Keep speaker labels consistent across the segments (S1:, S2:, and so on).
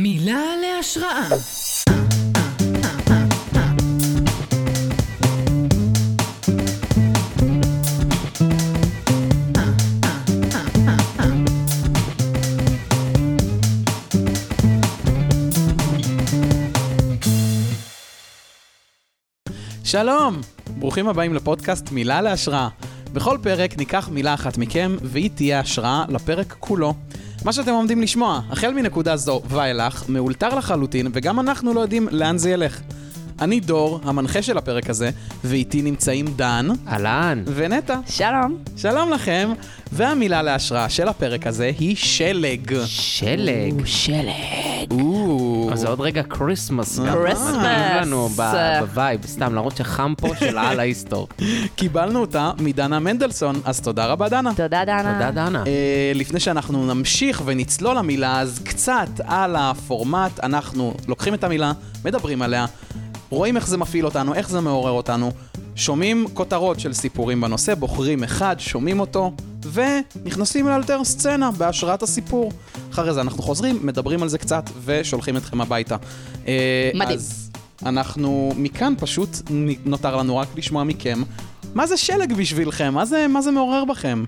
S1: מילה להשראה.
S2: שלום! ברוכים הבאים לפודקאסט מילה להשראה. בכל פרק ניקח מילה אחת מכם, והיא תהיה השראה לפרק כולו. מה שאתם עומדים לשמוע, החל מנקודה זו ואילך, מאולתר לחלוטין, וגם אנחנו לא יודעים לאן זה ילך. אני דור, המנחה של הפרק הזה, ואיתי נמצאים דן
S3: אהלן.
S2: ונטע.
S4: שלום.
S2: שלום לכם, והמילה להשראה של הפרק הזה היא שלג.
S3: שלג.
S4: שלג.
S2: או,
S3: אז זה עוד רגע כריסמס. גם.
S4: Christmas.
S3: מתאים לנו ב- בווייב, סתם להראות שחם פה של אללה היסטור.
S2: קיבלנו אותה מדנה מנדלסון, אז תודה רבה דנה.
S4: תודה, דנה.
S3: תודה דנה.
S2: אה, לפני שאנחנו נמשיך ונצלול למילה, אז קצת על הפורמט, אנחנו לוקחים את המילה, מדברים עליה, רואים איך זה מפעיל אותנו, איך זה מעורר אותנו, שומעים כותרות של סיפורים בנושא, בוחרים אחד, שומעים אותו, ונכנסים לאלתר סצנה בהשראת הסיפור. אחרי זה אנחנו חוזרים, מדברים על זה קצת, ושולחים אתכם הביתה. אה,
S4: מדהים.
S2: אז אנחנו מכאן פשוט נ- נותר לנו רק לשמוע מכם. מה זה שלג בשבילכם? מה זה, מה זה מעורר בכם?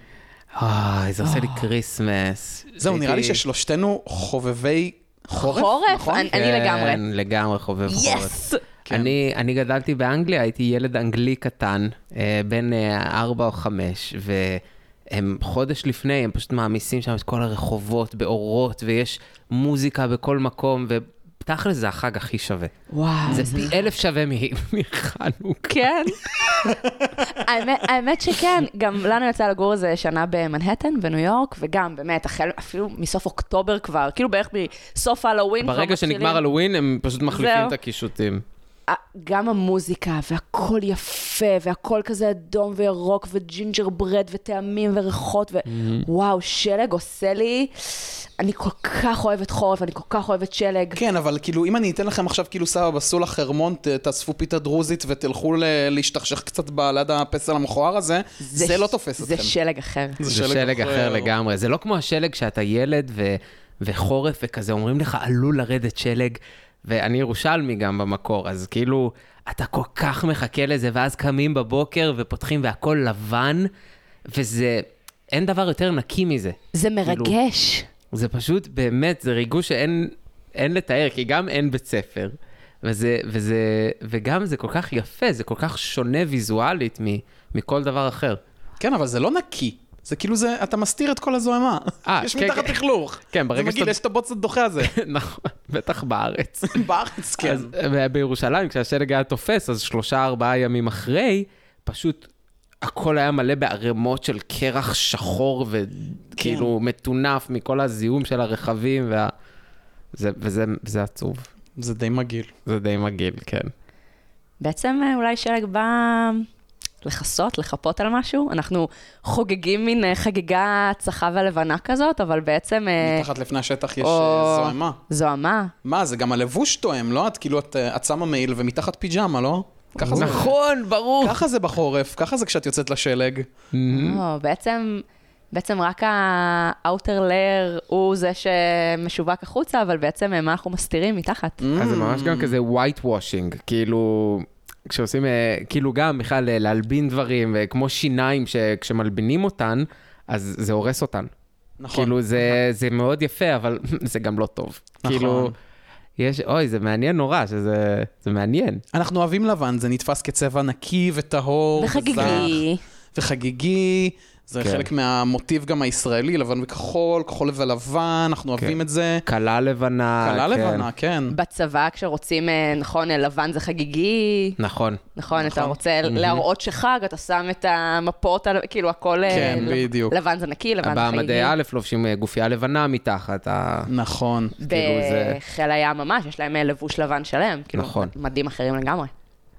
S3: אוי, זה עושה לי אה, כריסמס.
S2: זהו, נראה לי
S3: הייתי-
S2: ששלושתנו חובבי חורף,
S4: חורף?
S2: נכון?
S4: אני- אני לגמרי.
S3: כן, לגמרי חובב חורף.
S4: יס!
S2: כן.
S3: אני, אני גדלתי באנגליה, הייתי ילד אנגלי קטן, אה, בן אה, ארבע או חמש, והם חודש לפני, הם פשוט מעמיסים שם את כל הרחובות באורות, ויש מוזיקה בכל מקום, ותכל'ס זה החג הכי שווה.
S4: וואו.
S3: זה פי אלף שווה מ- מחנוכה.
S4: כן. האמת- האמת שכן, גם לנו יצא לגור איזה שנה במנהטן, בניו יורק, וגם באמת, החל אפילו מסוף אוקטובר כבר, כאילו בערך מסוף הלואוין כבר
S3: ברגע
S4: מתחילים.
S3: שנגמר הלווין, הם פשוט מחליפים
S4: זהו.
S3: את הקישוטים.
S4: ה- גם המוזיקה, והכל יפה, והכל כזה אדום וירוק, וג'ינג'ר ברד, וטעמים וריחות, ווואו, שלג עושה לי... אני כל כך אוהבת חורף, אני כל כך אוהבת שלג.
S2: כן, אבל כאילו, אם אני אתן לכם עכשיו, כאילו, סבא, בסו לחרמון, ת- תאספו פיתה דרוזית ותלכו ל- להשתכשך קצת ב- ליד הפסל המכוער הזה, זה, לא תופס
S4: זה
S2: אתכם.
S4: שלג אחר.
S3: זה שלג אחר לגמרי. זה לא כמו השלג שאתה ילד ו... וחורף וכזה, אומרים לך, עלול לרדת שלג. ואני ירושלמי גם במקור, אז כאילו, אתה כל כך מחכה לזה, ואז קמים בבוקר ופותחים והכל לבן, וזה, אין דבר יותר נקי מזה.
S4: זה מרגש.
S3: זה פשוט, באמת, זה ריגוש שאין אין לתאר, כי גם אין בית ספר. וזה, וזה, וגם זה כל כך יפה, זה כל כך שונה ויזואלית מ, מכל דבר אחר.
S2: כן, אבל זה לא נקי. זה כאילו זה, אתה מסתיר את כל הזוהמה.
S3: אה,
S2: יש
S3: כן,
S2: מתחת
S3: כן.
S2: לכלוך.
S3: כן,
S2: זה
S3: ברגע
S2: מגעיל,
S3: שאתה-
S2: יש את הבוץ הדוחה הזה.
S3: נכון, בטח בארץ.
S2: בארץ, כן.
S3: אז אה, בירושלים, כשהשלג היה תופס, אז שלושה, ארבעה ימים אחרי, פשוט הכל היה מלא בערימות של קרח שחור
S2: כן.
S3: וכאילו מטונף מכל הזיהום של הרכבים, וה... זה, וזה זה עצוב,
S2: זה די מגעיל.
S3: זה די מגעיל, כן.
S4: בעצם אה, אולי שלג בא אמ, לכסות, לחפות על משהו. אנחנו חוגגים מין אה, חגיגה צחה ולבנה כזאת, אבל בעצם אה,
S2: מתחת לפני השטח יש
S4: או-
S2: אה, זוהמה.
S4: זוהמה.
S2: מה, זה גם הלבוש תואם, לא? את כאילו, את, אה, את שמה מעיל ומתחת פיג'מה, לא? ככה זה.
S3: נכון, ברור.
S2: ככה זה בחורף, ככה זה כשאת יוצאת לשלג. Mm-hmm.
S4: או, לא, בעצם... בעצם רק ה-outer layer הוא זה שמשווק החוצה, אבל בעצם אה, מה אנחנו מסתירים מתחת.
S3: אז זה ממש גם כזה white washing, כאילו, כשעושים, אה, כאילו גם בכלל אה, להלבין דברים, וכמו שיניים שכשמלבינים אותן, אז זה הורס אותן.
S2: נכון.
S3: כאילו זה, זה מאוד יפה, אבל זה גם לא טוב.
S2: נכון.
S3: כאילו, יש, אוי, זה מעניין נורא, שזה זה מעניין.
S2: אנחנו אוהבים לבן, זה נתפס כצבע נקי וטהור.
S4: וחגיגי.
S2: וזך, וחגיגי. זה
S3: כן.
S2: חלק מהמוטיב גם הישראלי, לבן וכחול, כחול ולבן, אנחנו אוהבים
S3: כן.
S2: את זה.
S3: כלה לבנה.
S2: קלה
S3: כן.
S2: לבנה, כן.
S4: בצבא כשרוצים, אה, נכון, אה, לבן זה חגיגי,
S3: נכון.
S4: נכון, אתה
S2: נכון.
S4: רוצה להראות שחג, אתה שם את המפות, על- כאילו הכל... אה,
S2: כן,
S3: לא.
S4: לב-
S2: בדיוק.
S4: לבן זה נקי, לבן זה חגיגי.
S3: במדי א' לובשים אה, גופייה לבנה מתחת. ה-
S2: נכון.
S3: כאילו זה-
S4: בחיל הים ממש, יש להם אה, לבוש לבן שלם. כאילו,
S3: נכון.
S4: מדים אחרים לגמרי.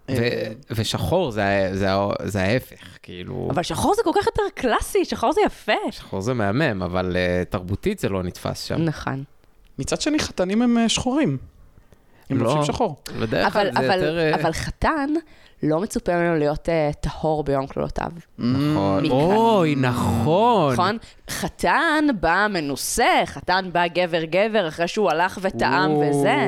S2: אה,
S3: ו- ושחור זה ה- זה ה- זה ההפך, כאילו.
S4: אבל שחור זה כל כך יותר קלאסי, שחור זה יפה.
S3: שחור זה מהמם, אבל אה, תרבותית זה לא נתפס שם.
S4: נכון.
S2: מצד שני, חתנים הם אה, שחורים. הם
S3: לא.
S2: לובשים שחור.
S3: בדרך
S4: אבל,
S3: כלל זה
S4: אבל,
S3: יותר... אה,
S4: אבל חתן לא מצופה ממנו להיות אה, טהור ביום כלולותיו.
S2: Mm,
S3: נכון.
S4: מכאן.
S3: אוי, נכון.
S4: נכון? חתן בא מנוסה, חתן בא גבר-גבר, אחרי שהוא הלך וטעם
S3: או.
S4: וזה.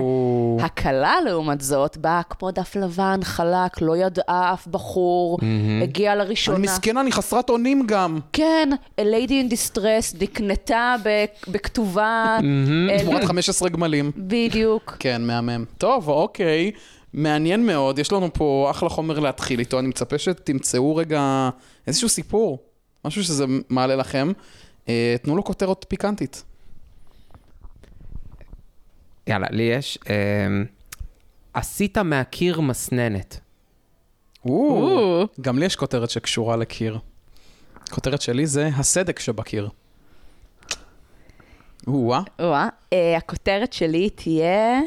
S4: הכלה, לעומת זאת, באה כמו דף לבן, חלק, לא ידעה אף בחור, הגיעה לראשונה.
S2: אני מסכנה, אני חסרת אונים גם.
S4: כן, a lady in distress נקנתה ב- בכתובה,
S3: Mm-hmm.
S4: אה,
S3: כן.
S2: תמורת 15 גמלים.
S4: בדיוק.
S2: כן, מהמם. טוב, אוקיי. מעניין מאוד, יש לנו פה אחלה חומר להתחיל איתו, אני מצפה שתמצאו רגע איזשהו סיפור, משהו שזה מעלה לכם. אה, תנו לו כותרת פיקנטית.
S3: יאללה, לי יש. אמ, עשית מהקיר מסננת.
S2: או, גם לי יש כותרת שקשורה לקיר. הכותרת שלי זה הסדק שבקיר. או-אה,
S4: וואה, אה, הכותרת שלי תהיה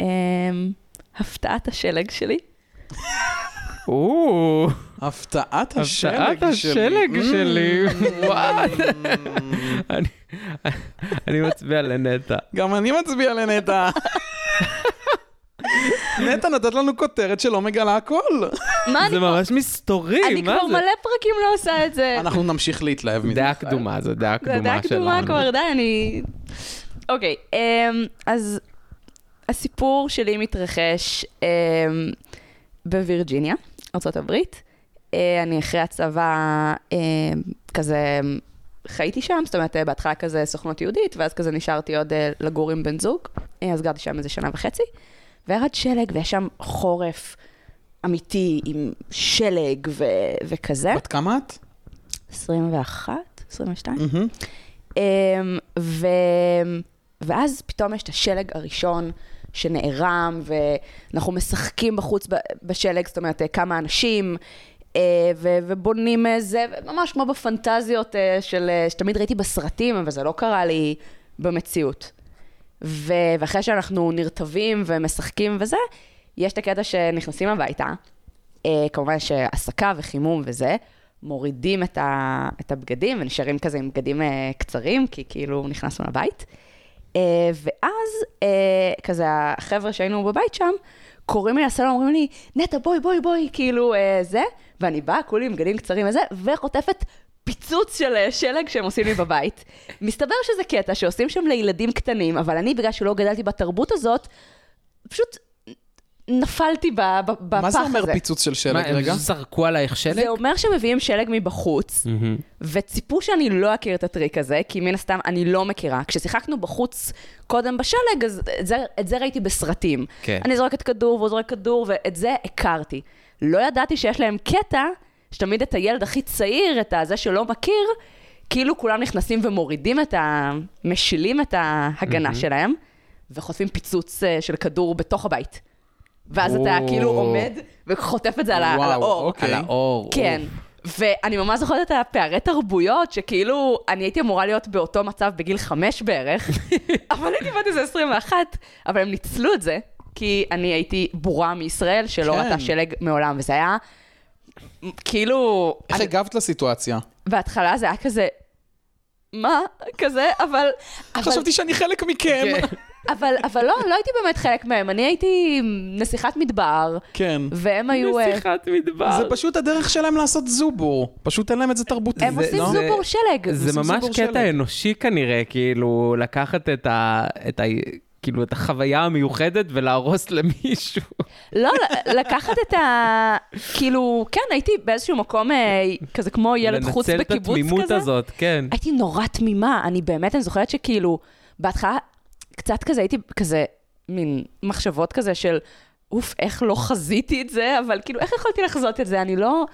S4: אה, הפתעת השלג שלי.
S3: או,
S2: הפתעת השלג שלי. Mm.
S3: הפתעת השלג שלי. וואט. אני מצביע לנטע.
S2: גם אני מצביע לנטע. נטע נתת לנו כותרת שלא מגלה הכל.
S4: מה אני...
S3: זה ממש
S4: אני
S3: מסתורי, מה
S4: כבר
S3: זה?
S4: מלא פרקים לא עושה את זה.
S2: אנחנו נמשיך להתלהב מזה.
S3: דעה קדומה, זו דעה
S4: זה
S3: קדומה
S4: דעה קדומה
S3: שלנו.
S4: כבר, די, אני... אוקיי, אמ, אז הסיפור שלי מתרחש אמ, בווירג'יניה, ארה"ב. אה, אני אחרי הצבא אמ, כזה חייתי שם, זאת אומרת, אה, בהתחלה כזה סוכנות יהודית, ואז כזה נשארתי עוד אה, לגור עם בן זוג. אה, אז גרתי שם איזה שנה וחצי. וירד שלג, והיה שם חורף אמיתי עם שלג ו- וכזה.
S2: בת כמה את?
S4: 21? 22?
S2: מהמם.
S4: אמ, ו... ואז פתאום יש את השלג הראשון שנערם, ואנחנו משחקים בחוץ ב- בשלג, זאת אומרת, אה, כמה אנשים, אה, ו- ובונים איזה, ממש כמו בפנטזיות אה, של... אה, שתמיד ראיתי בסרטים, אבל זה לא קרה לי במציאות. ו- ואחרי שאנחנו נרטבים ומשחקים וזה, יש את הקטע שנכנסים הביתה, אה, כמובן שהסקה וחימום וזה, מורידים את, ה- את הבגדים ונשארים כזה עם בגדים אה, קצרים, כי כאילו נכנסנו לבית. אה, ואז אה, כזה החבר'ה שהיינו בבית שם, קוראים לי לסלון, אומרים לי, נטע בואי בואי בואי, כאילו אה, זה, ואני באה כולי עם בגדים קצרים וזה, וחוטפת פיצוץ של אה, שלג שהם עושים לי בבית. מסתבר שזה קטע שעושים שם לילדים קטנים, אבל אני, בגלל שלא גדלתי בתרבות הזאת, פשוט נפלתי ב- ב- בפח הזה.
S2: מה זה אומר פיצוץ של שלג
S3: מה, הם
S2: רגע?
S3: זרקו עלייך שלג?
S4: זה אומר שמביאים שלג מבחוץ, וציפו שאני לא אכיר את הטריק הזה, כי מן הסתם אני לא מכירה. כששיחקנו בחוץ קודם בשלג, אז את זה, את זה ראיתי בסרטים.
S3: כן.
S4: אני זורקת כדור והוא זורק כדור, ואת זה הכרתי. לא ידעתי שיש להם קטע, שתמיד את הילד הכי צעיר, את הזה שלא מכיר, כאילו כולם נכנסים ומורידים את ה... משילים את ההגנה שלהם, וחוטפים פיצוץ אה, של כדור בתוך הבית. ואז אתה
S3: או.
S4: כאילו עומד וחוטף את זה על ה- על
S2: וואו,
S4: האור.
S2: אוקיי.
S3: על האור.
S4: כן. ואני ממש זוכרת את הפערי תרבויות, שכאילו, אני הייתי אמורה להיות באותו מצב בגיל חמש בערך, אבל הייתי בת איזה 21, אבל הם ניצלו את זה, כי אני הייתי בורה מישראל שלא
S2: כן.
S4: ראתה שלג מעולם, וזה היה כאילו...
S2: איך
S4: אני-
S2: הגבת לסיטואציה?
S4: בהתחלה זה היה כזה, מה? כזה, אבל... אבל-
S2: חשבתי שאני חלק מכם.
S3: כן.
S4: אבל אבל לא, לא הייתי באמת חלק מהם, אני הייתי נסיכת מדבר,
S2: כן.
S4: והם היו... אה,
S3: נסיכת מדבר.
S2: זה פשוט הדרך שלהם לעשות זובור. פשוט אין להם את זה תרבותית.
S4: הם
S2: זה-
S4: עושים
S2: לא?
S3: זובור.
S4: זובור שלג.
S3: זה
S2: עושים
S3: ממש
S2: סיפור שלג.
S3: קטע אנושי כנראה, כאילו, לקחת את ה... את ה... כאילו, את החוויה המיוחדת ולהרוס למישהו.
S4: לא, ל- לקחת את ה... כאילו, כן, הייתי באיזשהו מקום אה, כזה כמו ילד חוץ בקיבוץ
S3: לנצל
S4: כזה.
S3: את התמימות הזאת, כן.
S4: הייתי נורא תמימה, אני באמת, אני זוכרת שכאילו, בהתחלה קצת כזה הייתי כזה, מין מחשבות כזה של, אוף, איך לא חזיתי את זה, אבל כאילו, איך יכולתי לחזות את זה? אני לא,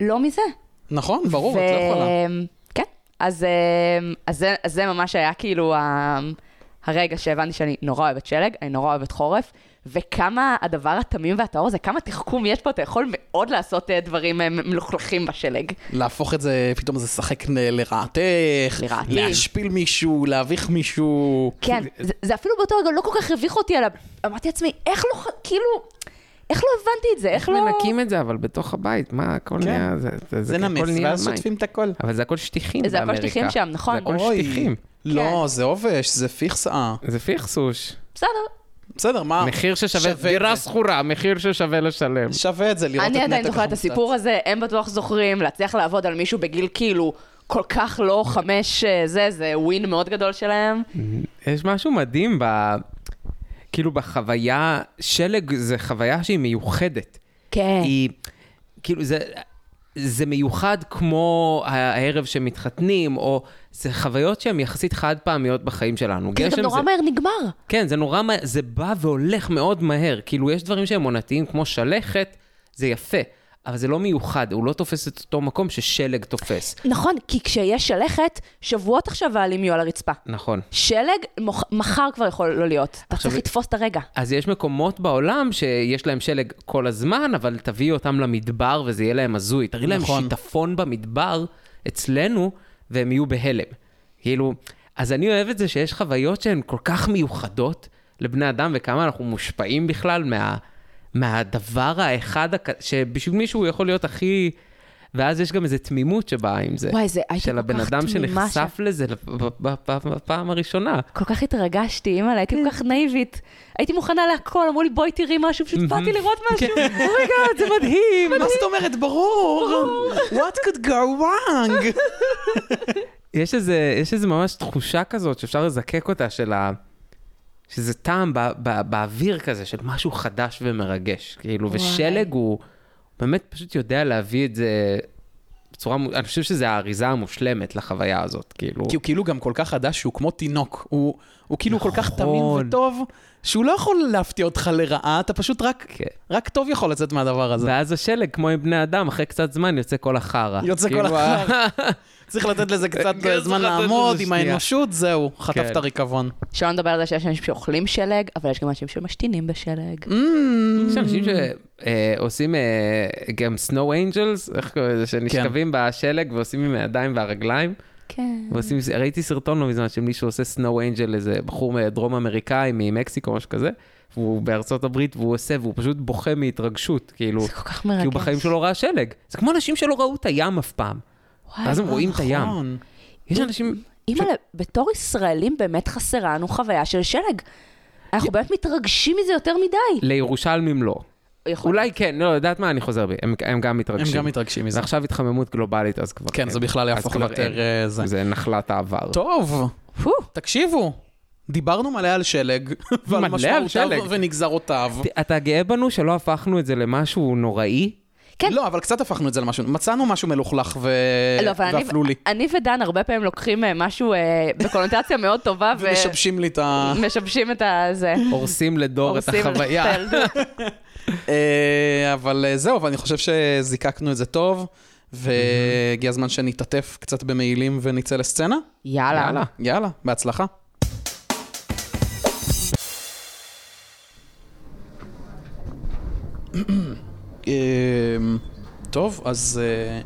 S4: לא מזה.
S2: נכון, ברור, את לא יכולה.
S4: כן, אז, אה, אז, זה, אז זה ממש היה כאילו ה... הרגע שהבנתי שאני נורא אוהבת שלג, אני נורא אוהבת חורף, וכמה הדבר התמים והטהור הזה, כמה תחכום יש פה, אתה יכול מאוד לעשות אה, דברים אה, מלוכלכים בשלג.
S2: להפוך את זה, פתאום זה לשחק ל- לרעתך,
S4: לרעתי.
S2: להשפיל מישהו, להביך מישהו.
S4: כן, זה, זה אפילו באותו רגע לא כל כך הרוויח אותי עליו. אמרתי לעצמי, איך לא, ח- כאילו, איך לא הבנתי את זה? איך לא...
S3: מנקים את זה, אבל בתוך הבית, מה, הכל נהיה... זה-
S2: זה
S3: הכל
S2: נמס,
S3: נהיה
S2: ואז
S3: מים.
S2: שוטפים את הכל.
S3: אבל זה הכל שטיחים
S4: זה
S3: באמריקה.
S4: הכל שטיחים שם, נכון.
S3: זה הכל
S2: אוי.
S3: שטיחים.
S2: לא, זה עובש, זה פיכסאה.
S3: זה פיכסוש.
S4: בסדר.
S2: בסדר, מה?
S3: מחיר ששווה,
S2: אה, שווה
S3: דירה
S2: את זה.
S3: שכורה, מחיר ששווה לשלם.
S2: שווה את זה לראות את
S4: אני
S2: נתק
S4: עדיין זוכרת את
S2: החומצה.
S4: הסיפור הזה, הם בטוח זוכרים, להצליח לעבוד על מישהו בגיל כאילו כל כך לא חמש אה, זה, זה ווין מאוד גדול שלהם.
S3: יש משהו מדהים ב... כאילו בחוויה, שלג זה חוויה שהיא מיוחדת.
S4: כן.
S3: היא, כאילו זה, זה מיוחד כמו הערב שמתחתנים, או זה חוויות שהן יחסית חד פעמיות בחיים שלנו.
S4: כי זה גם נורא
S3: כן, זה,
S4: מהר נגמר.
S3: כן, זה נורא מהר, זה בא והולך מאוד מהר. כאילו, יש דברים שהם עונתיים, כמו שלכת, זה יפה, אבל זה לא מיוחד, הוא לא תופס את אותו מקום ששלג תופס.
S4: נכון, כי כשיש שלכת, שבועות עכשיו העלים יהיו על הרצפה.
S3: נכון.
S4: שלג, מוח- מחר כבר יכול לא להיות. אתה
S3: עכשיו-
S4: צריך לתפוס את הרגע.
S3: אז יש מקומות בעולם שיש להם שלג כל הזמן, אבל תביאי אותם למדבר וזה יהיה להם הזוי. תראי להם
S2: נכון.
S3: שיטפון במדבר אצלנו, והם יהיו בהלם. כאילו, אז אני אוהב את זה שיש חוויות שהן כל כך מיוחדות לבני אדם, וכמה אנחנו מושפעים בכלל מה, מהדבר האחד, הכ- שבשביל מישהו הוא יכול להיות הכי... ואז יש גם איזו תמימות שבאה עם זה.
S4: וואי, זה הייתי
S3: של
S4: כל
S3: הבן
S4: כך
S3: אדם
S4: תמימה
S3: שנחשף לזה בפעם הראשונה.
S4: כל כך התרגשתי, אימא'לה, הייתי
S3: כן.
S4: כל כך נאיבית. הייתי מוכנה להכל, אמרו לי, בואי תראי משהו, פשוט באתי לראות
S3: כן.
S4: משהו. Oh אומייגאד, זה מדהים.
S2: מה זאת אומרת? ברור! What could go wrong?
S3: יש איזה, יש איזה ממש תחושה כזאת שאפשר לזקק אותה של ה... שזה טעם בא, בא, באוויר כזה של משהו חדש ומרגש, כאילו,
S4: וואי.
S3: ושלג הוא באמת פשוט יודע להביא את זה בצורה, מו- אני חושב שזו האריזה המושלמת לחוויה הזאת, כאילו.
S2: כי הוא כאילו גם כל כך חדש שהוא כמו תינוק. הוא, הוא כאילו כל כך
S3: נכון.
S2: תמים וטוב, שהוא לא יכול להפתיע אותך לרעה, אתה פשוט רק,
S3: כן.
S2: רק טוב יכול לצאת מהדבר הזה.
S3: ואז השלג, כמו עם בני אדם, אחרי קצת זמן יוצא כל החרא.
S2: יוצא כל
S3: כאילו,
S2: החרא. צריך לתת לזה קצת
S3: כן, צריך
S2: זמן
S3: לתת לזה
S2: לעמוד עם
S3: שנייה.
S2: האנושות, זהו, חטף
S3: כן.
S2: את הריקבון.
S4: שלא נדבר על זה שיש אנשים שאוכלים שלג, אבל יש גם אנשים שמשתינים בשלג.
S2: Mm.
S3: יש אנשים שעושים אה, גם סנואו אינג'לס, איך קוראים
S2: כן.
S3: לזה, שנשכבים בשלג ועושים עם הידיים והרגליים.
S4: כן.
S3: ועושים, ראיתי סרטון לא מזמן של מישהו עושה סנואו אנג'ל, איזה בחור דרום אמריקאי ממקסיקו, משהו כזה, והוא בארצות הברית, והוא עושה, והוא פשוט בוכה מהתרגשות, כאילו,
S4: זה כל כך מרגש.
S3: כי הוא בחיים שלו לא ראה שלג. זה כמו אנשים שלא ראו את הים אף פעם.
S4: וואי,
S3: ואז הם רואים את הים.
S2: נכון.
S3: יש אנשים,
S4: אימא'לה, בתור ישראלים באמת חסרה לנו חוויה של שלג. אנחנו באמת מתרגשים מזה יותר מדי.
S3: לירושלמים לא.
S4: יכול להיות.
S3: אולי כן, לא, יודעת מה, אני חוזר בי, הם- הם גם
S2: נכון. הם
S3: מתרגשים.
S2: גם מתרגשים מזה.
S3: ועכשיו התחממות גלובלית, אז כבר...
S2: כן,
S3: אין.
S2: זה בכלל
S3: אז
S2: יהפוך
S3: כבר
S2: ליותר אה, זה.
S3: אין. זה נחלת העבר.
S2: טוב,
S4: פו,
S2: תקשיבו, דיברנו מלא על שלג, ועל
S3: מלא על
S2: משמעותיו
S3: שלג.
S2: ונגזרותיו.
S3: ת- אתה גאה בנו שלא הפכנו את זה למשהו נוראי?
S4: כן.
S2: לא, אבל קצת הפכנו את זה למשהו, מצאנו משהו מלוכלך ו...
S3: אה,
S4: לא, אבל אני-
S2: ואפלולי.
S4: אני ודן הרבה פעמים לוקחים אה, משהו אה, בקונוטציה מאוד טובה ו-
S2: ומשבשים לי את ה...
S4: משבשים את הזה.
S3: הורסים לדור את
S4: הורסים
S3: החוויה.
S4: את הילדות.
S2: אה, אבל אה, זהו, אבל אני חושב שזיקקנו את זה טוב, והגיע הזמן שנתעטף קצת במעילים ונצא לסצנה.
S4: יאללה.
S3: יאללה.
S2: יאללה, בהצלחה. אמ, טוב, אז אה,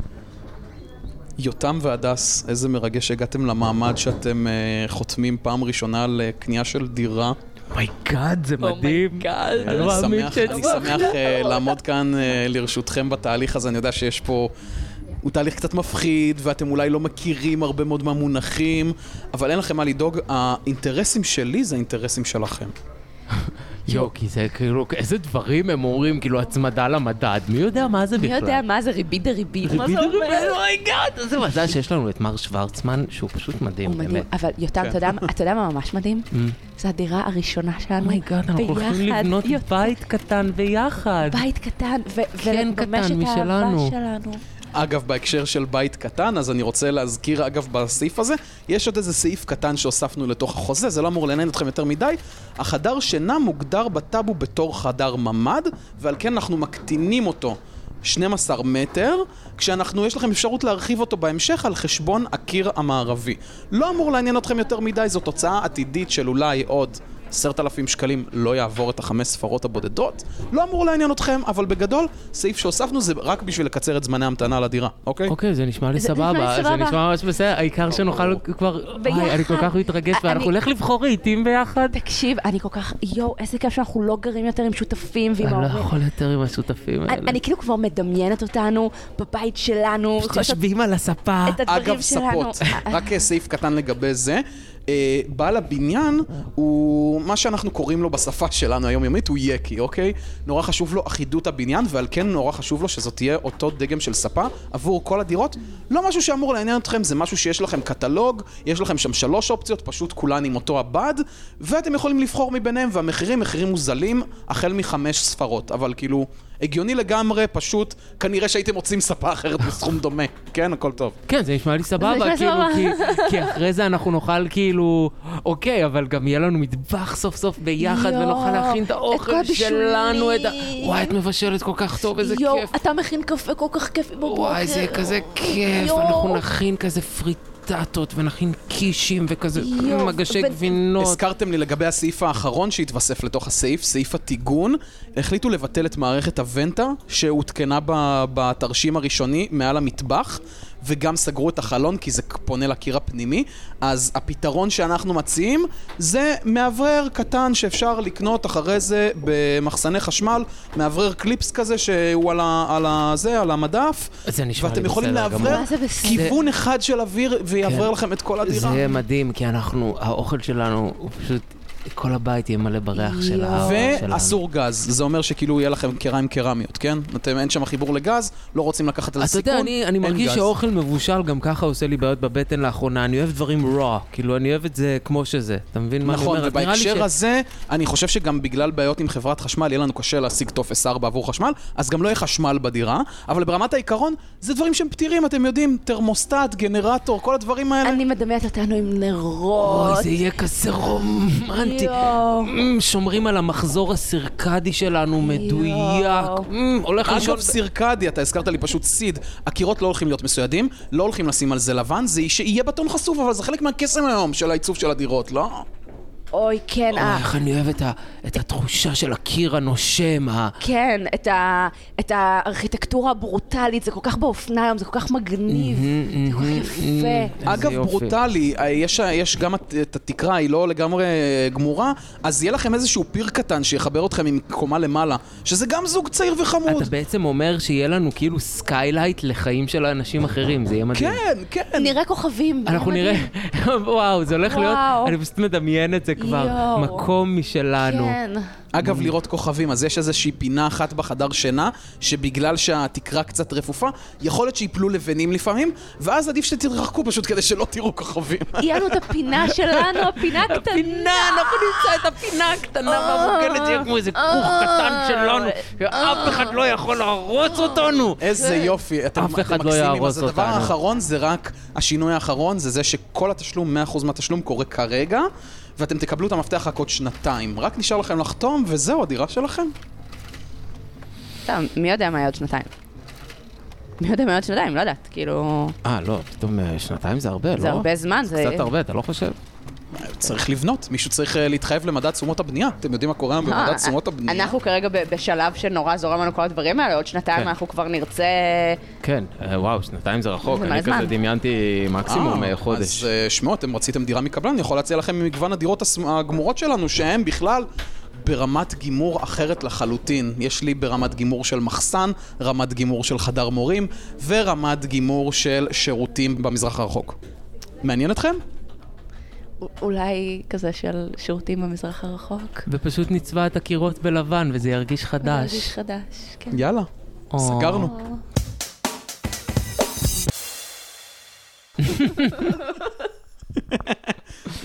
S2: יותם והדס, איזה מרגש שהגעתם למעמד שאתם אה, חותמים פעם ראשונה על אה, קנייה של דירה.
S3: מייגאד,
S4: Oh
S3: זה מדהים.
S4: אומייגאד.
S3: אני
S2: אני
S3: לא מאמין
S2: שמח-
S3: שאני
S2: אני שמח אה, לעמוד כאן אה, לרשותכם בתהליך הזה, אני יודע שיש פה... הוא תהליך קצת מפחיד, ואתם אולי לא מכירים הרבה מאוד מהמונחים, אבל אין לכם מה לדאוג, האינטרסים שלי זה האינטרסים שלכם.
S3: יואו, כי זה כאילו, איזה דברים הם אומרים, כאילו, הצמדה למדד, מי יודע מה זה בכלל?
S4: מי יודע מה זה ריבית דריבית? מה זה
S3: ריבית כן,
S4: אומר?
S3: אומייגאד, איזה מזל שיש לנו את מר שוורצמן, שהוא פשוט מדהים,
S4: הוא מדהים.
S3: באמת.
S4: אבל יותם,
S2: כן.
S4: אתה יודע מה- אתה יודע מה ממש מדהים? זו הדירה הראשונה שלנו.
S3: אומייגאד, Oh אנחנו הולכים
S4: ביחד,
S3: לבנות
S4: יותם,
S3: בית קטן ביחד.
S4: בית קטן, ו-
S3: כן,
S4: ולממש
S3: קטן,
S4: את האהבה
S3: משלנו.
S4: שלנו.
S2: אגב, בהקשר של בית קטן, אז אני רוצה להזכיר, אגב, בסעיף הזה, יש עוד איזה סעיף קטן שהוספנו לתוך החוזה, זה לא אמור לעניין אתכם יותר מדי. החדר שינה מוגדר בטאבו בתור חדר ממ"ד, ועל כן אנחנו מקטינים אותו 12 מטר, כשאנחנו, יש לכם אפשרות להרחיב אותו בהמשך על חשבון הקיר המערבי. לא אמור לעניין אתכם יותר מדי, זו תוצאה עתידית של אולי עוד... עשרת אלפים שקלים לא יעבור את החמש ספרות הבודדות, לא אמור לעניין אתכם, אבל בגדול, סעיף שהוספנו זה רק בשביל לקצר את זמני ההמתנה לדירה, אוקיי?
S3: אוקיי, זה נשמע לי
S4: זה נשמע לי
S3: סבבה, זה
S4: סבבה. Oh.
S3: נשמע ממש בסדר, העיקר שנוכל כבר...
S4: ביחד.
S3: וואי, אני כל כך מתרגש,
S4: אני-
S3: ואנחנו נלך לבחור רהיטים ביחד.
S4: תקשיב, אני כל כך, יואו, איזה כיף שאנחנו לא גרים יותר עם שותפים ועם
S3: אני לא
S4: ההורים.
S3: יכול יותר עם השותפים
S4: אני
S3: האלה.
S4: אני כאילו כבר מדמיינת אותנו בבית שלנו, יכולות לעשות
S3: יושבים על הספה.
S4: את הדברים
S2: אגב,
S4: שלנו. אה,
S2: ספות. רק סעיף קטן לגבי זה. אה, בעל הבניין הוא מה שאנחנו קוראים לו בשפה שלנו היומיומית הוא יקי, אוקיי? נורא חשוב לו אחידות הבניין ועל כן נורא חשוב לו שזאת תהיה אותו דגם של ספה עבור כל הדירות. לא משהו שאמור לעניין אתכם, זה משהו שיש לכם קטלוג, יש לכם שם שלוש אופציות, פשוט כולן עם אותו הבד, ואתם יכולים לבחור מביניהם והמחירים מחירים מוזלים החל מחמש ספרות, אבל כאילו... הגיוני לגמרי, פשוט, כנראה שהייתם מוצאים ספה אחרת בסכום דומה. כן, הכל טוב.
S5: כן, זה נשמע לי
S4: זה
S5: סבבה,
S4: נשמע
S5: כאילו,
S4: סבבה.
S5: כי, כי אחרי זה אנחנו נאכל כאילו, אוקיי, אבל גם יהיה לנו מטבח סוף סוף ביחד,
S4: יואו,
S5: ונוכל להכין את
S4: את כל
S5: האוכל
S4: הבישולים.
S5: שלנו, את ה... וואי, את מבשלת כל כך טוב, איזה
S4: יואו,
S5: כיף.
S4: אתה מכין קפה כל כך כיפי בבוקר.
S5: וואי, זה כזה כיף,
S4: יואו.
S5: אנחנו נכין כזה פריטטות, ונכין קישים, וכזה
S4: יואו,
S5: מגשי
S4: ו-
S5: גבינות.
S2: הזכרתם לי לגבי הסעיף האחרון שהתווסף לתוך הסעיף, סעיף הטיגון. החליטו לבטל את מערכת הוונטה שהותקנה ב- בתרשים הראשוני מעל המטבח, וגם סגרו את החלון כי זה פונה לקיר הפנימי. אז הפתרון שאנחנו מציעים זה מאוורר קטן שאפשר לקנות אחרי זה במחסני חשמל, מאוורר קליפס כזה שהוא על, ה- על, ה- זה, על המדף.
S5: זה נשמע לי
S2: ואתם יכולים
S5: בסדר גמור.
S2: לאוורר
S4: מה זה בסדר?
S2: כיוון אחד של אוויר ויאוורר
S5: כן.
S2: לכם את כל הדירה.
S5: זה מדהים, כי אנחנו, האוכל שלנו הוא פשוט, כל הבית יהיה מלא בריח של
S4: יואו.
S5: האוכל שלנו.
S2: ואסור גז, זה אומר שכאילו יהיה לכם קיריים קרמיות, כן? אתם, אין שם חיבור לגז, לא רוצים לקחת על זה
S5: אתה
S2: סיכון,
S5: יודע, אני, אני
S2: אין
S5: מרגיש
S2: גז.
S5: שהאוכל מבושל גם ככה עושה לי בעיות בבטן לאחרונה, אני אוהב דברים raw, כאילו אני אוהב את זה כמו שזה, אתה מבין מה אני
S2: נכון,
S5: אומר? אז נראה לי
S2: ובהקשר
S5: ש-
S2: הזה, אני חושב שגם בגלל בעיות עם חברת חשמל, יהיה לנו קשה להשיג טופס 4 עבור חשמל, אז גם לא יהיה חשמל בדירה, אבל ברמת העיקרון, זה דברים שהם פתירים, אתם יודעים, תרמוסטט, גנרטור, כל הדברים האלה.
S4: אני מדמיינת אותנו עם נרות.
S5: אוי, זה יהיה כזה רומנטי.
S4: יואו.
S5: אמ, שומרים על המחזור הסירקדי שלנו מדויק.
S4: יואו.
S5: אמ, הולך לישון...
S2: אגב, סירקדי, אתה הזכרת לי פשוט סיד. הקירות לא הולכים להיות מסוידים, לא הולכים לשים על זה לבן, זה שיהיה בטון חשוף, אבל זה חלק מהקסם היום של העיצוב של הדירות, לא?
S4: אוי, כן,
S5: אוי,
S4: ה-
S5: איך אני אוהב את ה- את התחושה של הקיר הנושם, ה-
S4: כן, את ה- את הארכיטקטורה הברוטלית, זה כל כך באופנה היום, זה כל כך מגניב.
S5: מהמם,
S4: זה כל כך
S5: אמ.
S4: יפה.
S5: איזה
S2: אגב,
S5: יופי.
S2: ברוטלי, אה, יש, יש גם את, את התקרה, היא לא לגמרי אה, גמורה, אז יהיה לכם איזשהו פיר קטן שיחבר אתכם עם קומה למעלה, שזה גם זוג צעיר וחמוד.
S5: אתה בעצם אומר שיהיה לנו כאילו סקיילייט לחיים של אנשים אחרים, זה יהיה מדהים.
S2: כן, כן.
S4: נראה כוכבים.
S5: אנחנו נראה, וואו, זה הולך להיות,
S4: וואו.
S5: אני פשוט מדמיין את זה כבר,
S4: יואו.
S5: מקום משלנו.
S4: כן.
S2: אגב, לראות כוכבים, אז יש איזושהי פינה אחת בחדר שינה, שבגלל שהתקרה קצת רפופה, יכול להיות שיפלו לבנים לפעמים, ואז עדיף שתתרחקו פשוט כדי שלא תראו כוכבים.
S4: יהיה לנו את הפינה שלנו, הפינה הקטנה. אה.
S5: פינה, אנחנו נמצא את הפינה הקטנה והמוגנת, שיהיה כן כמו איזה כוך קטן שלנו,
S4: אה.
S5: שאף אחד לא יכול להרוס אותנו.
S2: איזה
S4: כן.
S2: יופי, אתם
S5: אף אחד
S2: אתם
S5: לא
S2: מקסימים. אז
S5: יהרוס
S2: הדבר
S5: אותנו.
S2: האחרון זה רק, השינוי האחרון זה זה שכל התשלום, 100% מהתשלום קורה כרגע, ואתם תקבלו את המפתח רק עוד שנתיים. רק נשאר לכם לחתום, וזהו, הדירה שלכם.
S4: סתם, מי יודע מה יהיה עוד שנתיים? מי יודע מה יהיה עוד שנתיים? לא יודעת, כאילו...
S5: אה, לא, פתאום אה, שנתיים זה הרבה, לא?
S4: זה הרבה זמן, זה...
S5: קצת הרבה, אתה לא חושב?
S2: צריך לבנות, מישהו צריך אה, להתחייב למדד תשומות הבנייה. אתם יודעים מה קורה היום
S4: אה,
S2: במדד תשומות הבנייה?
S4: אנחנו כרגע ב- בשלב שנורא זורם לנו כל הדברים האלה, עוד שנתיים
S5: כן.
S4: אנחנו כבר נרצה...
S5: כן, אה, וואו, שנתיים זה רחוק,
S4: זה מלא
S5: אני כזה
S4: זמן.
S5: דמיינתי מקסימום
S2: אה,
S5: אה, חודש.
S2: אז אה, שמעו, אתם רציתם דירה מקבלן, אני יכול להציע לכם ממגוון הדירות הס- הגמורות שלנו, שהן בכלל ברמת גימור אחרת לחלוטין. יש לי ברמת גימור של מחסן, רמת גימור של חדר מורים, ורמת גימור של שירותים במזרח הרחוק. מעניין אתכם?
S4: א- אולי כזה של שירותים במזרח הרחוק.
S5: ופשוט נצבע את הקירות בלבן, וזה ירגיש
S4: מרגיש
S5: חדש.
S4: חדש, כן.
S2: יאללה,
S5: או.
S2: סגרנו.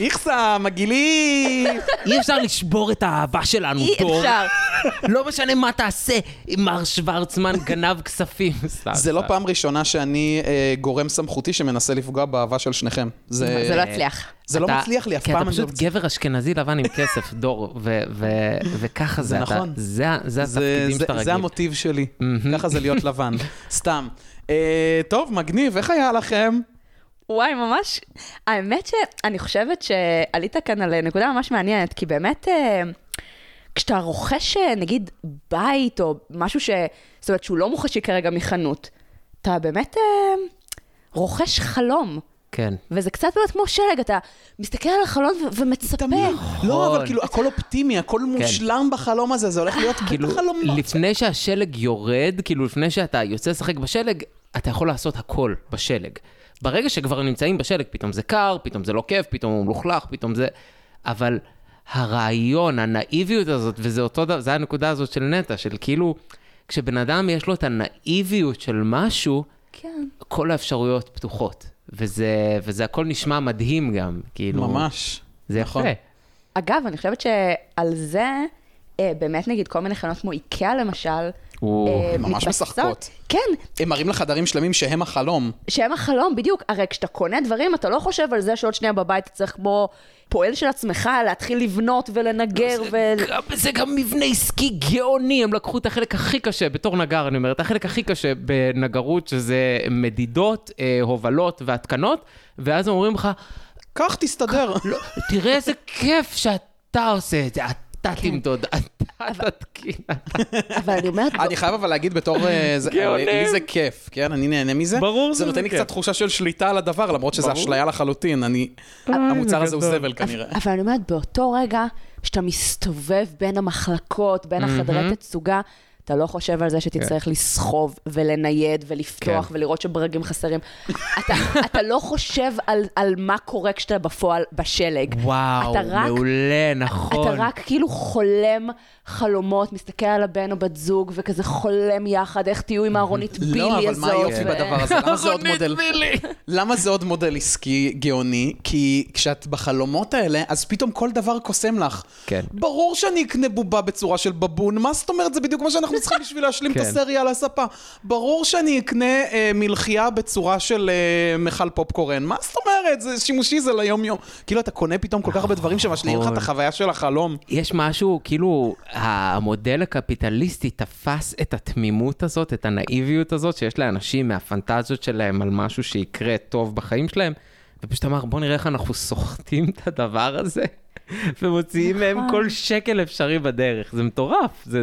S2: איכסה, מגעילי!
S5: אי אפשר לשבור את האהבה שלנו,
S4: אי
S5: דור.
S4: אפשר.
S5: לא משנה מה תעשה, מר שוורצמן גנב כספים. סתם,
S2: זה לא
S5: סתם.
S2: פעם ראשונה שאני אה, גורם סמכותי שמנסה לפגוע באהבה של שניכם.
S5: אה,
S4: זה
S2: זה
S4: לא הצליח.
S2: זה לא
S5: אתה-
S2: מצליח לי אף
S5: כי
S2: פעם.
S5: אתה
S2: אני
S5: פשוט
S2: לא-
S5: גבר אשכנזי לבן עם כסף, דור, ו- ו- וככה זה.
S2: זה
S5: אתה-
S2: נכון.
S5: זה ה- זה
S2: זה,
S5: התפקידים
S2: זה,
S5: שאתה רגיל.
S2: זה המוטיב שלי, ככה זה להיות לבן, סתם. אה, טוב, מגניב, איך היה לכם?
S4: וואי, ממש, האמת שאני חושבת שעלית כאן על נקודה ממש מעניינת, כי באמת, אה, כשאתה רוכש אה, נגיד בית או משהו ש... זאת אומרת, שהוא לא מוחשי כרגע מחנות, אתה באמת אה, רוכש חלום,
S5: כן.
S4: וזה קצת באמת כמו שלג, אתה מסתכל על החלון ו- ומצפה.
S5: נכון.
S2: לא, אבל כאילו, הכל אופטימי, הכל מושלם בחלום הזה, זה הולך להיות
S5: כן. כאילו,
S2: כאילו חלומות.
S5: לפני שהשלג יורד, כאילו לפני שאתה יוצא לשחק בשלג, אתה יכול לעשות הכל בשלג. ברגע שכבר נמצאים בשלג, פתאום זה קר, פתאום זה לא כיף, פתאום הוא מלוכלך, פתאום זה... אבל הרעיון, הנאיביות הזאת, וזה אותו דבר, זה הנקודה הזאת של נטע, של כאילו, כשבן אדם יש לו את הנאיביות של משהו,
S4: כן.
S5: כל האפשרויות פתוחות. וזה, וזה הכל נשמע מדהים גם, כאילו.
S2: ממש.
S5: זה יפה.
S2: נכון.
S4: אגב, אני חושבת שעל זה, אה, באמת נגיד כל מיני חנות כמו איקאה למשל,
S5: הוא...
S4: אה,
S2: ממש
S4: מתבססות-
S2: משחקות.
S4: כן,
S2: הם מראים לך חדרים שלמים שהם החלום.
S4: שהם החלום, בדיוק. הרי כשאתה קונה דברים, אתה לא חושב על זה שעוד שנייה בבית אתה צריך כמו פועל של עצמך להתחיל לבנות ולנגר ו...
S5: גם- לא, זה גם מבנה עסקי גאוני, הם לקחו את החלק הכי קשה, בתור נגר אני אומר, את החלק הכי קשה בנגרות, שזה מדידות, אה, הובלות והתקנות, ואז הם אומרים לך,
S2: כך תסתדר.
S5: לא, תראה איזה כיף שאתה עושה את זה,
S4: כן.
S5: אתה תמדוד, אתה תתקין. אתה-"
S4: אבל אני אומרת,
S2: אני חייב אבל להגיד בתור... אה, זה-
S5: גאונים.
S2: לי זה כיף, כן? אני נהנה מזה.
S5: ברור
S2: זה
S5: שזה
S2: נותן לי
S5: כיף.
S2: קצת תחושה של שליטה על הדבר, למרות שזה
S5: ברור.
S2: אשליה לחלוטין. אני... המוצר הזה הוא
S5: גדול.
S2: זבל כנראה.
S4: אבל אני אומרת, באותו רגע שאתה מסתובב בין המחלקות, בין החדרי תצוגה, אתה לא חושב על זה שתצטרך לסחוב ולנייד ולפתוח
S5: כן.
S4: ולראות שברגים חסרים. אתה, אתה לא חושב על, על מה קורה כשאתה בפועל בשלג.
S5: וואו,
S4: אתה רק-
S5: מעולה, נכון.
S4: אתה רק כאילו חולם חלומות, מסתכל על הבן או בת זוג, וכזה חולם יחד, איך תהיו עם הארונית בילי הזאת. כן.
S2: לא, אבל מה היופי
S5: כן.
S4: ו-
S2: בדבר הזה? למה זה עוד מודל? למה זה עוד מודל עסקי גאוני? כי כשאת בחלומות האלה, אז פתאום כל דבר קוסם לך.
S5: כן.
S2: ברור שאני אקנה בובה בצורה של בבון, מה זאת אומרת? זה בדיוק מה שאנחנו צריכים בשביל להשלים את
S5: כן.
S2: הסריה על הספה. ברור שאני אקנה אה, מלחייה בצורה של אה, מכל פופקורן, מה זאת אומרת? זה שימושי, זה ליום-יום. כאילו, אתה קונה פתאום כל כך הרבה דברים שמשלימים
S5: נכון.
S2: לך את החוויה של החלום.
S5: יש משהו, כאילו, המודל הקפיטליסטי תפס את התמימות הזאת, את הנאיביות הזאת שיש לאנשים מהפנטזיות שלהם על משהו שיקרה טוב בחיים שלהם, ופשוט אמר, בוא נראה איך אנחנו סוחטים את הדבר הזה, ומוציאים מהם
S4: נכון.
S5: כל שקל אפשרי בדרך. זה מטורף, זה...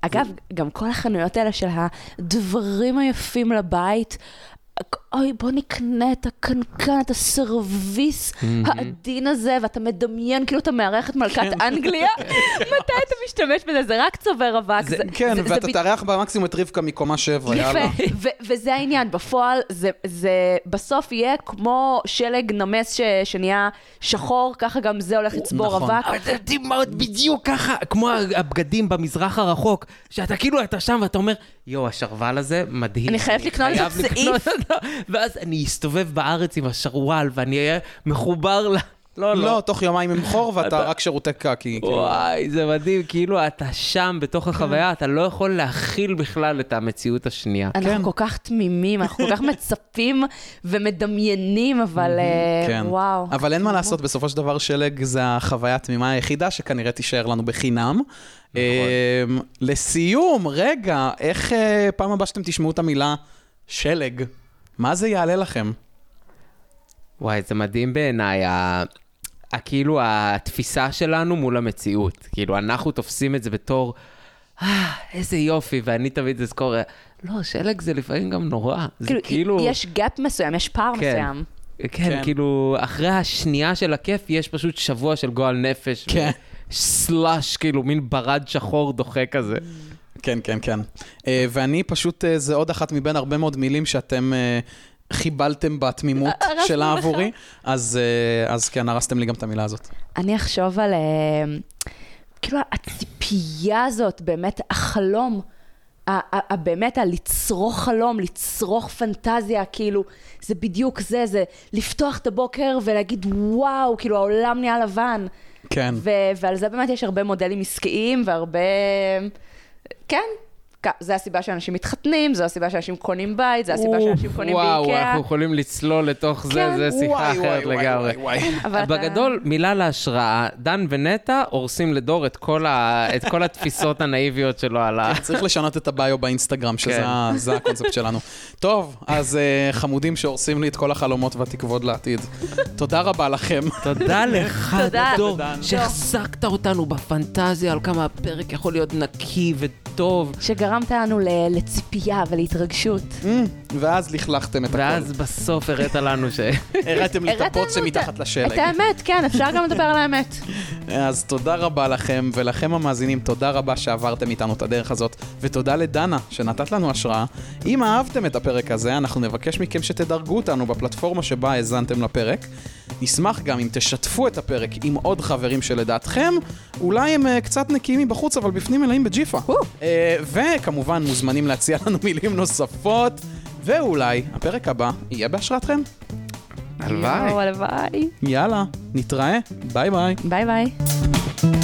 S4: אגב, גם כל החנויות האלה של הדברים היפים לבית, אוי, בוא נקנה את הקנקן, את הסרוויס העדין הזה, ואתה מדמיין כאילו אתה מארח את
S2: כן.
S4: מלכת אנגליה, מתי אתה משתמש בזה? זה רק צובר אבק. זה-
S2: כן,
S4: זה- זה
S2: ואתה
S4: בדיוק-
S2: תארח במקסימום את רבקה מקומה שבע, יאללה.
S4: יפה, ו- וזה העניין, בפועל זה, זה בסוף יהיה כמו שלג נמס ש- שנהיה שחור, ככה גם זה הולך לצבור
S2: נכון.
S4: אבק.
S5: אבל אתם יודעים מה עוד בדיוק ככה, כמו הבגדים במזרח הרחוק, שאתה כאילו, אתה שם ואתה אומר, יואו, השרוול הזה מדהים.
S4: אני חייבת לקנות
S5: חייב
S4: אותו צעיף."
S5: לקנות אותו." ואז אני אסתובב בארץ עם השרוול, ואני אהיה מחובר ל... לא,
S2: לא, תוך יומיים אמכור ואתה רק שירותי קקי. כאילו.
S5: וואי, זה מדהים, כאילו, אתה שם בתוך
S4: כן.
S5: החוויה, אתה לא יכול להכיל בכלל את המציאות השנייה.
S4: אנחנו
S2: כן.
S4: כל כך תמימים, אנחנו כל כך מצפים ומדמיינים, אבל אה,
S2: כן.
S4: וואו.
S2: אבל אין מה לעשות, בסופו של דבר שלג זה החוויה התמימה היחידה שכנראה תישאר לנו בחינם.
S5: נכון.
S2: אמ, לסיום, רגע, איך אה, פעם הבאה שאתם תשמעו את המילה שלג, מה זה יעלה לכם?
S5: וואי, זה מדהים בעיניי, ה... ה... כאילו התפיסה שלנו מול המציאות. כאילו, אנחנו תופסים את זה בתור, אה, איזה יופי, ואני תמיד אזכור, לא, שלג זה לפעמים גם נורא. זה
S4: כאילו,
S5: כאילו... כאילו...
S4: יש גאפ מסוים, יש פער
S5: כן.
S4: מסוים.
S5: כן,
S2: כן.
S5: כן, כאילו, אחרי השנייה של הכיף, יש פשוט שבוע של גועל נפש.
S2: כן.
S5: סלאש, כאילו, מין ברד שחור דוחה כזה.
S2: כן, כן, כן. אה, ואני פשוט, אה, זה עוד אחת מבין הרבה מאוד מילים שאתם... אה, חיבלתם בתמימות
S4: הרסנו לך.
S2: שלה עבורי, אז, אה, אז כן, הרסתם לי גם את המילה הזאת.
S4: אני אחשוב על, אה, כאילו, הציפייה הזאת, באמת, החלום, ה- ה- ה- באמת, הלצרוך חלום, לצרוך פנטזיה, כאילו, זה בדיוק זה, זה לפתוח את הבוקר ולהגיד, וואו, כאילו, העולם נהיה לבן.
S2: כן.
S4: ו- ועל זה באמת יש הרבה מודלים עסקיים והרבה... כן. כ- זה הסיבה שאנשים מתחתנים, זו הסיבה שאנשים קונים בית, זו הסיבה שאנשים קונים
S5: וואו,
S4: באיקאה.
S5: אנחנו יכולים לצלול לתוך
S4: כן,
S5: זה, זה שיחה
S2: וואי,
S5: אחרת
S2: וואי,
S5: לגמרי.
S2: וואי, וואי, וואי.
S4: אבל אתה-
S5: בגדול, מילה להשראה, דן ונטע הורסים לדור את כל, ה... את כל התפיסות הנאיביות שלו על ה...
S2: צריך לשנות את הביו באינסטגרם, שזה
S5: כן.
S2: ה- זה הקונספט שלנו. טוב, אז אה, חמודים שהורסים לי את כל החלומות והתקוות לעתיד. תודה רבה לכם.
S5: תודה לך,
S4: תודה.
S5: דור,
S2: תודה.
S5: שהחזקת אותנו בפנטזיה על כמה הפרק יכול להיות נקי וטוב.
S4: שגרם גרמת לנו ל- לציפייה ולהתרגשות.
S2: ואז לכלכתם את הכל.
S3: ואז בסוף הראת לנו ש...
S2: הראיתם לי את
S4: הראתם לנו
S2: הפוץ שמתחת לשלג.
S4: את האמת, כן, אפשר גם לדבר על האמת.
S2: אז תודה רבה לכם, ולכם המאזינים, תודה רבה שעברתם איתנו את הדרך הזאת, ותודה לדנה שנתת לנו השראה. אם אהבתם את הפרק הזה, אנחנו נבקש מכם שתדרגו אותנו בפלטפורמה שבה האזנתם לפרק. נשמח גם אם תשתפו את הפרק עם עוד חברים שלדעתכם, אולי הם אה, קצת נקיים מבחוץ, אבל בפנים מלאים בג'יפה. אה, וכמובן, מוזמנים להציע לנו מילים נוספות, ואולי הפרק הבא יהיה בהשראתכם.
S3: הלוואי.
S4: יואו, הלוואי.
S2: יאללה, נתראה, ביי ביי.
S4: ביי ביי.